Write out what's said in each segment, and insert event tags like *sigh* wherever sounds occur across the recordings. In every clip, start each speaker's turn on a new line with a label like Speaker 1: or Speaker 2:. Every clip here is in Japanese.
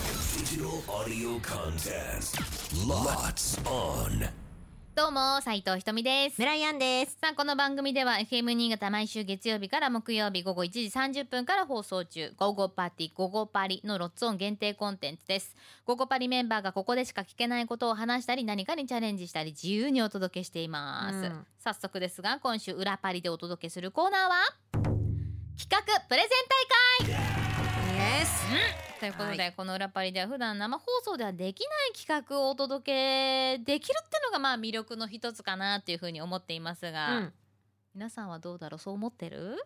Speaker 1: digital audio contest. Lots on.
Speaker 2: どうも、斉藤ひとみです。
Speaker 3: 村井アンです。
Speaker 2: さあ、この番組では FM 新潟毎週月曜日から木曜日午後1時30分から放送中、午後パーティー、午後パリのロッツオン限定コンテンツです。午後パリメンバーがここでしか聞けないことを話したり、何かにチャレンジしたり、自由にお届けしています。
Speaker 3: うん
Speaker 2: 早速ですが、今週裏パリでお届けするコーナーは、企画プレゼン大会
Speaker 3: イエス。
Speaker 2: ということで、
Speaker 3: は
Speaker 2: この裏パリでは普段生放送ではできない企画をお届けできるってのがまあ魅力の一つかなっていうふうに思っています
Speaker 3: う
Speaker 2: が、
Speaker 3: ん。
Speaker 2: 皆さんはどうだろうそう思ってる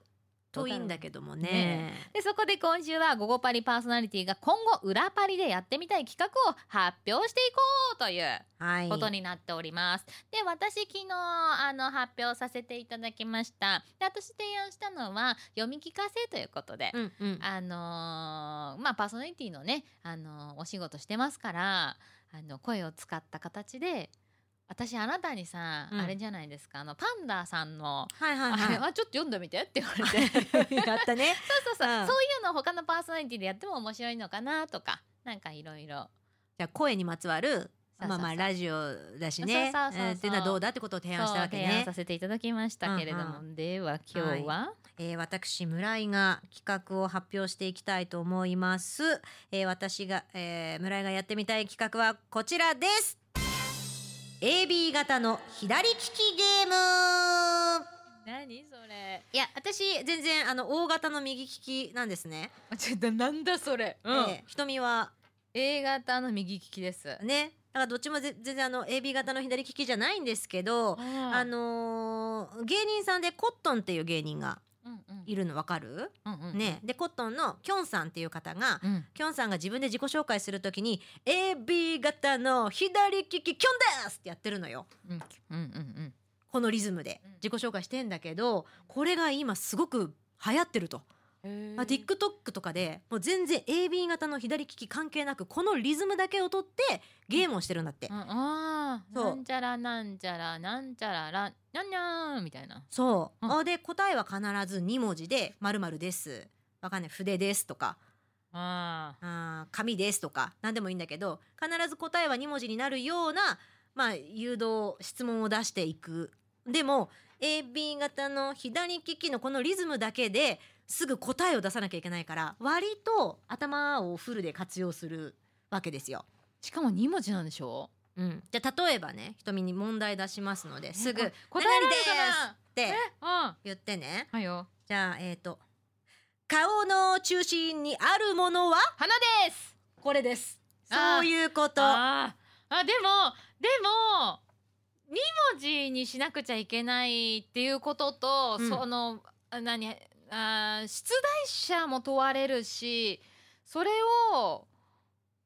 Speaker 3: 遠いんだけどもね
Speaker 2: ね。でそこで今週は「午後パリパーソナリティ」が今後裏パリでやってみたい企画を発表していこうという
Speaker 3: はい。
Speaker 2: ことになっております。で私昨日あの発表させていただきました。で私提案したのは読み聞かせということで、
Speaker 3: うんうん。
Speaker 2: あのーまあパーソナリティのね、あのーお仕事してますからあの声を使った形で私あなたにさ、
Speaker 3: うん
Speaker 2: あれじゃないですかあのパンダさんの
Speaker 3: はいはい
Speaker 2: あれ
Speaker 3: は
Speaker 2: はちょっと読んでみてって言われて *laughs* そう
Speaker 3: い。 *laughs* やったね。
Speaker 2: そうそう、
Speaker 3: うん
Speaker 2: そういうのを他のパーソナリティでやっても面白いのかなとかなんかいろいろ
Speaker 3: じゃあ声にまつわる。
Speaker 2: そうそうそう
Speaker 3: まあまあラジオだしね。
Speaker 2: そうそうそうそう
Speaker 3: うんっていうのはどうだってことを提案したわけ
Speaker 2: そう提案
Speaker 3: ね
Speaker 2: さ。せていただきましたけれども、
Speaker 3: う
Speaker 2: では今日は、
Speaker 3: えー、私村井が企画を発表していきたいと思います。えー、私が、えー、村井がやってみたい企画はこちらです。AB 型の左利きゲーム。
Speaker 2: 何それ
Speaker 3: いや私全然あの大型の右利きなんですね。
Speaker 2: ちょっとなんだそ *laughs* れ、うん
Speaker 3: えー、瞳は
Speaker 2: A 型の右利きです、
Speaker 3: ねだからどっちもぜ全然あの AB 型の左利きじゃないんですけど、あ
Speaker 2: あ、
Speaker 3: のー芸人さんでコットンっていう芸人が
Speaker 2: うんうん
Speaker 3: いるのわかる、
Speaker 2: うんうん、
Speaker 3: ねでコットンのきょんさんっていう方が、
Speaker 2: うん、
Speaker 3: きょんさんが自分で自己紹介するときに AB 型の左利ききょんですってやってるのよ
Speaker 2: うん、うん、うん、
Speaker 3: このリズムで
Speaker 2: うん
Speaker 3: 自己紹介してんだけどこれが今すごく流行ってると、
Speaker 2: うん。
Speaker 3: まあ、TikTok とかでもう全然 AB 型の左利き関係なくこのリズムだけをとってゲームをしてるんだって、
Speaker 2: うん、ああ、
Speaker 3: そう
Speaker 2: なんちゃらなんちゃらなんちゃららなんにゃーんみたいな。
Speaker 3: そう、
Speaker 2: うん
Speaker 3: あで答えは必ず2文字で「まるです」わかんない筆ですとか
Speaker 2: あ
Speaker 3: あー紙ですとか何でもいいんだけど必ず答えは2文字になるような、まあ、誘導質問を出していくでも AB 型の左利きのこのリズムだけですぐ答えを出さなきゃいけないから割と頭をフルで活用するわけですよ。
Speaker 2: ーしかも二文字なんでしょ
Speaker 3: うん、じゃあ例えばね瞳に問題出しますので
Speaker 2: う。
Speaker 3: すぐ「
Speaker 2: あ
Speaker 3: っ
Speaker 2: 答えられるかな。
Speaker 3: て
Speaker 2: あ
Speaker 3: 言ってね。
Speaker 2: はいよ。
Speaker 3: じゃあえっ、と顔の中心にあるものは
Speaker 2: 花です。
Speaker 3: これです。
Speaker 2: あー
Speaker 3: そういうこと。
Speaker 2: あーあ、でもでも二文字にしなくちゃいけないっていうことと、
Speaker 3: うん
Speaker 2: そのあ何あー出題者も問われるし、それを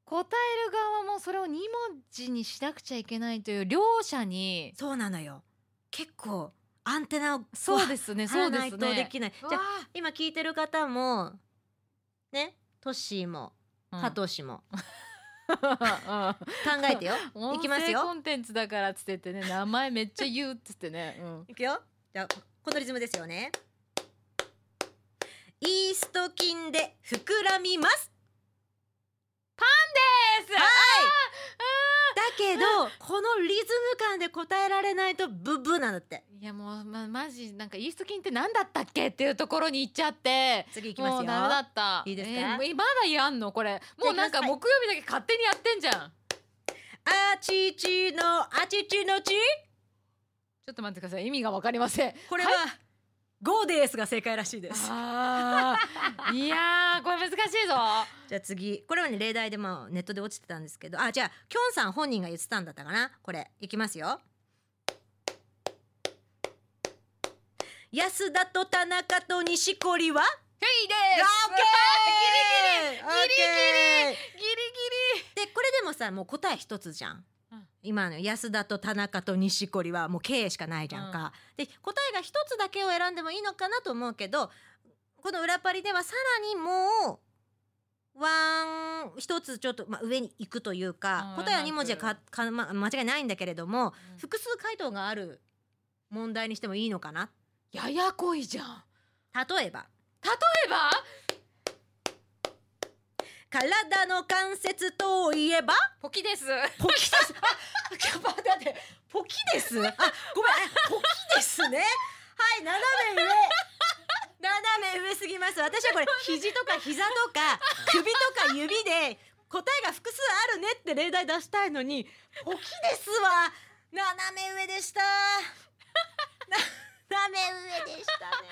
Speaker 2: 答える側もそれを二文字にしなくちゃいけないという両者に
Speaker 3: そうなのよ。結構アンテナを。
Speaker 2: そうですすね、
Speaker 3: 張
Speaker 2: そ
Speaker 3: ら
Speaker 2: うで
Speaker 3: な
Speaker 2: す
Speaker 3: い
Speaker 2: ね。
Speaker 3: とできない。
Speaker 2: うわ
Speaker 3: じゃあ今聞いてる方もね、トッシーも
Speaker 2: うん
Speaker 3: 加藤氏も、
Speaker 2: う
Speaker 3: 考
Speaker 2: *laughs*
Speaker 3: えてよ。
Speaker 2: ん
Speaker 3: いきますよ
Speaker 2: 音声コンテンツだからっつっててね、名前めっちゃ言うっつってね。うん
Speaker 3: いくよ。じゃあこのリズムですよね。イースト菌で膨らみます。だけどこのリズム感で答えられないとブッブーなんだって。
Speaker 2: いやもうまマジなんかイースト菌って何だったっけっていうところに行っちゃって。
Speaker 3: 次いきますよ。
Speaker 2: もうダメだった。
Speaker 3: いいですか
Speaker 2: えーまだやんのこれ。もうなんか
Speaker 3: じゃあ
Speaker 2: 木
Speaker 3: 行
Speaker 2: 曜日だけ勝手にやってんじゃん。
Speaker 3: あちちのあちちのち
Speaker 2: ちょっと待ってください。意味がわかりません。
Speaker 3: *laughs* これは、ゴーデースが正解らしいで
Speaker 2: あーいやーこれ難しいぞ。
Speaker 3: じゃあ次これはね例題でもネットで落ちてたんですけどあじゃあきょんさん本人が言ってたんだったかなこれいきますよ安田と田中と錦織は
Speaker 2: ヘイで
Speaker 3: あ
Speaker 2: す。
Speaker 3: オッケーギリギリ
Speaker 2: ギリギリ。
Speaker 3: でこれでもさもう答え一つじゃん
Speaker 2: うん。
Speaker 3: 今の安田と田中と錦織はもう経営しかないじゃんか、で答えが一つだけを選んでもいいのかなと思うけどこの裏パリではさらにもうワン一つちょっと、まあ、上に行くというか、
Speaker 2: うん
Speaker 3: 答えは2文字はかか、ま、間違いないんだけれども、
Speaker 2: うん
Speaker 3: 複数回答がある問題にしてもいいのかな
Speaker 2: ややこいじゃん。
Speaker 3: 例えば
Speaker 2: 例えば
Speaker 3: 体の関節といえば
Speaker 2: ポキです。
Speaker 3: ポキです。 *laughs* あ、やばだってポキです。あ、ごめん、あポキですね。はい、斜め上。斜め上すぎます。私はこれ肘とか膝とか首とか指で答えが複数あるねって例題出したいのに、ポキですは斜め上でした。な斜め上でしたね。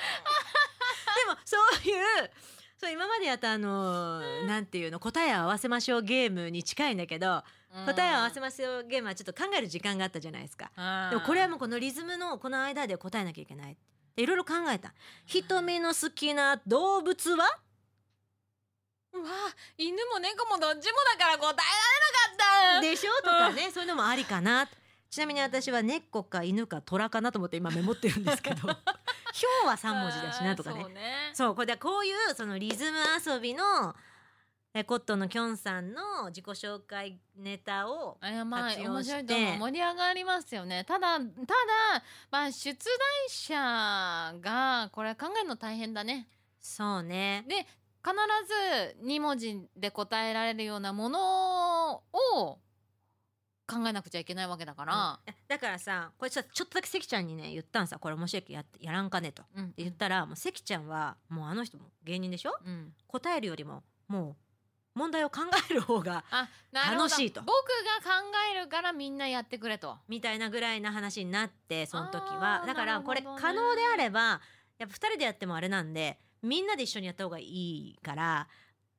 Speaker 3: でもそういう。そう今までやったあのーなんていうの答えを合わせましょうゲームに近いんだけど答えを合わせ
Speaker 2: ま
Speaker 3: ましょうゲームはちょっと考える時間があったじゃないですか。
Speaker 2: す
Speaker 3: でもこれはもうこのリズムのこの間で答えなきゃいけない。でいろいろ考えた。瞳の好きな動物は
Speaker 2: うわ犬も猫もどっちもだから答えられなかった
Speaker 3: でしょとかね、そういうのもありかな。ちなみに私は猫か犬か虎かなと思って今メモってるんですけど、ヒョウは3文字だしなとかね
Speaker 2: そう。ね
Speaker 3: そう、これでこういうそのリズム遊びの、えコットンのきょんさんの自己紹介ネタを
Speaker 2: あやまあ
Speaker 3: 活用
Speaker 2: 面白いと
Speaker 3: して
Speaker 2: 思う盛り上がりますよねただただまあ出題者がこれ考えるの大変だね
Speaker 3: そうね。
Speaker 2: で必ず2文字で答えられるようなものを考えなくちゃいけないわけだから、
Speaker 3: だからさこれちょちょっとだけ関ちゃんにね言ったんさこれ面白いけどやってやらんかねと。
Speaker 2: うん
Speaker 3: で言ったらもう関ちゃんはもうあの人も芸人でしょ
Speaker 2: うん、
Speaker 3: 答えるよりももう問題を考える方が
Speaker 2: あなるほど
Speaker 3: 楽しいと
Speaker 2: 僕が考えるからみんなやってくれと
Speaker 3: みたいなぐらいな話になってその時
Speaker 2: あ
Speaker 3: は
Speaker 2: ー
Speaker 3: だからこれ
Speaker 2: なるほどね
Speaker 3: 可能であればやっぱ2人でやってもあれなんでみんなで一緒にやった方がいいから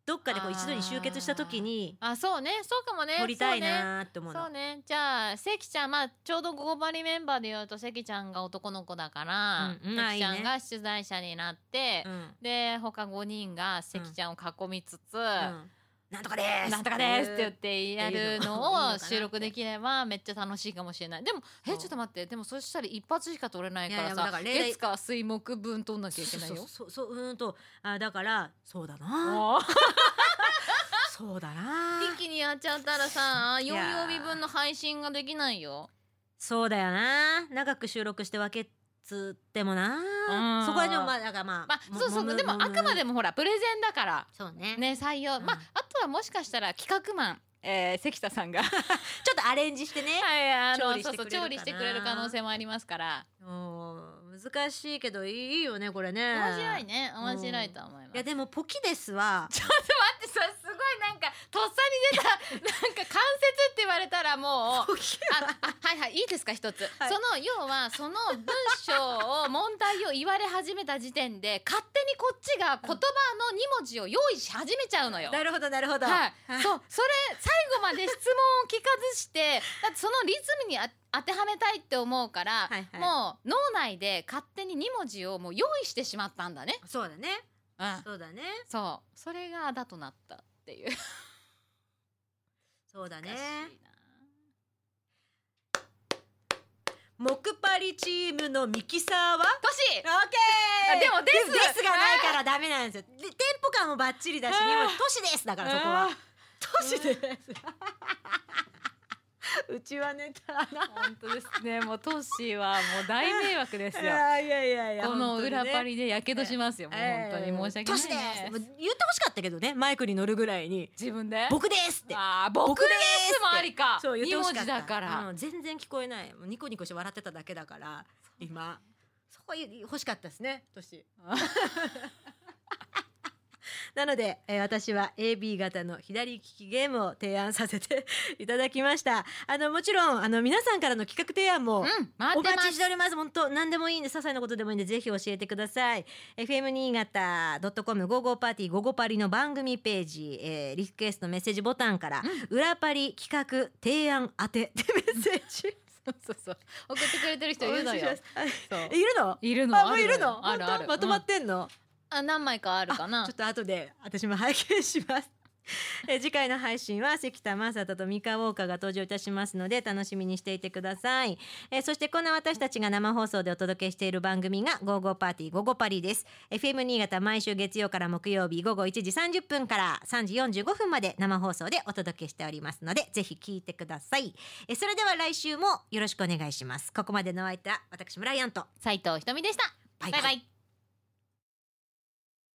Speaker 3: どっかでこう一度に集結した時に
Speaker 2: あそうねそうかもね
Speaker 3: 撮りたいなーって思
Speaker 2: そうう
Speaker 3: の。
Speaker 2: ねそうねじゃあ関ちゃんまあちょうど「ゴーバリ」メンバーで言うと関ちゃんが男の子だから、
Speaker 3: うんうんあ
Speaker 2: 関ち
Speaker 3: いいね
Speaker 2: ゃんが出題者になって、
Speaker 3: うん
Speaker 2: で他5人が関ちゃんを囲みつつ、
Speaker 3: うんなんとかです
Speaker 2: なんとかですって言ってやるのを収録で
Speaker 3: る
Speaker 2: きればめっちゃ楽しいかもしれない。でも、え、ち
Speaker 3: そ
Speaker 2: ょ
Speaker 3: う
Speaker 2: っと待って、でもそしたら一発しか取れないから
Speaker 3: いやいやだ
Speaker 2: さ
Speaker 3: か、ら例題
Speaker 2: 月か水木分取んなきゃいけないよ。
Speaker 3: そうそうそううーんとあだからそうだな
Speaker 2: あー
Speaker 3: そうだな
Speaker 2: 一気にやっちゃったらさ、4
Speaker 3: いや
Speaker 2: 曜
Speaker 3: ー
Speaker 2: 日分の配信ができないよ。
Speaker 3: そうだよな長く収録して分けつってもな
Speaker 2: うん
Speaker 3: そこはでもまあだからまあ、
Speaker 2: まあ、そうそう、でもあくま
Speaker 3: も
Speaker 2: でもほら、プレゼンだから。
Speaker 3: そうね
Speaker 2: ね、採用。
Speaker 3: うん
Speaker 2: まあ、あとはもしかしたら企画マン、えー関田さんが、 *laughs*
Speaker 3: ちょっとアレンジしてね、
Speaker 2: はい、あ
Speaker 3: 調
Speaker 2: の、
Speaker 3: 理し
Speaker 2: そう
Speaker 3: て
Speaker 2: そう、調
Speaker 3: くれるかな
Speaker 2: 理してくれる可能性もありますから。
Speaker 3: うん難しいけどいいよねこれね
Speaker 2: 面白いね。面白いと思います
Speaker 3: いや。でもポキですは
Speaker 2: ちょっと待ってそれすごいなんかとっさに出たなんか関節って言われたら *laughs* もう。
Speaker 3: ポキ
Speaker 2: ああはいはいいいですか一つ、
Speaker 3: はい
Speaker 2: その要はその文章を問題を言われ始めた時点で勝手にこっちが言葉の2文字を用意し始めちゃうのよ。
Speaker 3: なるほどなるほど、
Speaker 2: はい
Speaker 3: は、い
Speaker 2: そうそれ最後まで質問を聞かずして *laughs* だってそのリズムにあ当てはめたいって思うから、
Speaker 3: はいはい
Speaker 2: もう脳内で勝手に2文字をもう用意してしまったんだね。
Speaker 3: そうだね
Speaker 2: うん、
Speaker 3: そうだね
Speaker 2: そうそれがあだとなったっていう。
Speaker 3: そうだね
Speaker 2: 難しいな
Speaker 3: 木パリチームのミキサーは
Speaker 2: トシ
Speaker 3: オッケー
Speaker 2: あでもです
Speaker 3: ですがないからダメなんですよでテンポ感もバッチリだし
Speaker 2: あー
Speaker 3: 今都市ですだからそこは都市です *laughs* うちはネタな
Speaker 2: 本当ですねもうトシはもう大迷惑ですよ
Speaker 3: やいやいやい
Speaker 2: この裏パ
Speaker 3: リ
Speaker 2: リでやけどしますよもう本当に申し訳ない、ね、
Speaker 3: 都市です言ってほしかったけどねマイクに乗るぐらいに
Speaker 2: 自分で
Speaker 3: 僕ですって
Speaker 2: あー僕ですもありか
Speaker 3: そう言って
Speaker 2: 二
Speaker 3: ほ
Speaker 2: 文
Speaker 3: しかっ
Speaker 2: 字
Speaker 3: た
Speaker 2: だから、
Speaker 3: うん全然聞こえないもうニコニコして笑ってただけだから今そこ欲しかったですね
Speaker 2: *laughs*
Speaker 3: 年なので、えー私は AB 型の左利きゲームを提案させていただきましたあのもちろんあの皆さんからの企画提案も、
Speaker 2: うん待
Speaker 3: お
Speaker 2: ってま
Speaker 3: 待ちし
Speaker 2: す
Speaker 3: ております。本当何でもいいんで、些細なことでもいいんで、ぜひ教えてください。FM 新潟 .com 午後パーティー午後パリの番組ページ、えーリクエストメッセージボタンから、裏パリ企画提案宛てってメッセージ。
Speaker 2: そうそうそう送ってくれてる人いるのよ
Speaker 3: お願いします
Speaker 2: そう
Speaker 3: あいるの
Speaker 2: いるの
Speaker 3: あ、も
Speaker 2: あ
Speaker 3: ういるの
Speaker 2: あるあ
Speaker 3: 本
Speaker 2: る
Speaker 3: 当まとま
Speaker 2: うん
Speaker 3: ってんの、
Speaker 2: あ何枚かあるかな
Speaker 3: ちょっと後で私も拝見します。 *laughs* え次回の配信は関田正人と三河ウォーカーが登場いたしますので楽しみにしていてください。えそしてこんな私たちが生放送でお届けしている番組が「ゴーゴーパーティーゴーゴーパリ」です。FM 新潟毎週月曜から木曜日午後1時30分から3時45分まで生放送でお届けしておりますのでぜひ聞いてください。えそれでは来週もよろしくお願いします。ここまでのお相手は私村井アンと
Speaker 2: 斉藤ひとみでした
Speaker 3: バイバイ
Speaker 2: バイバイ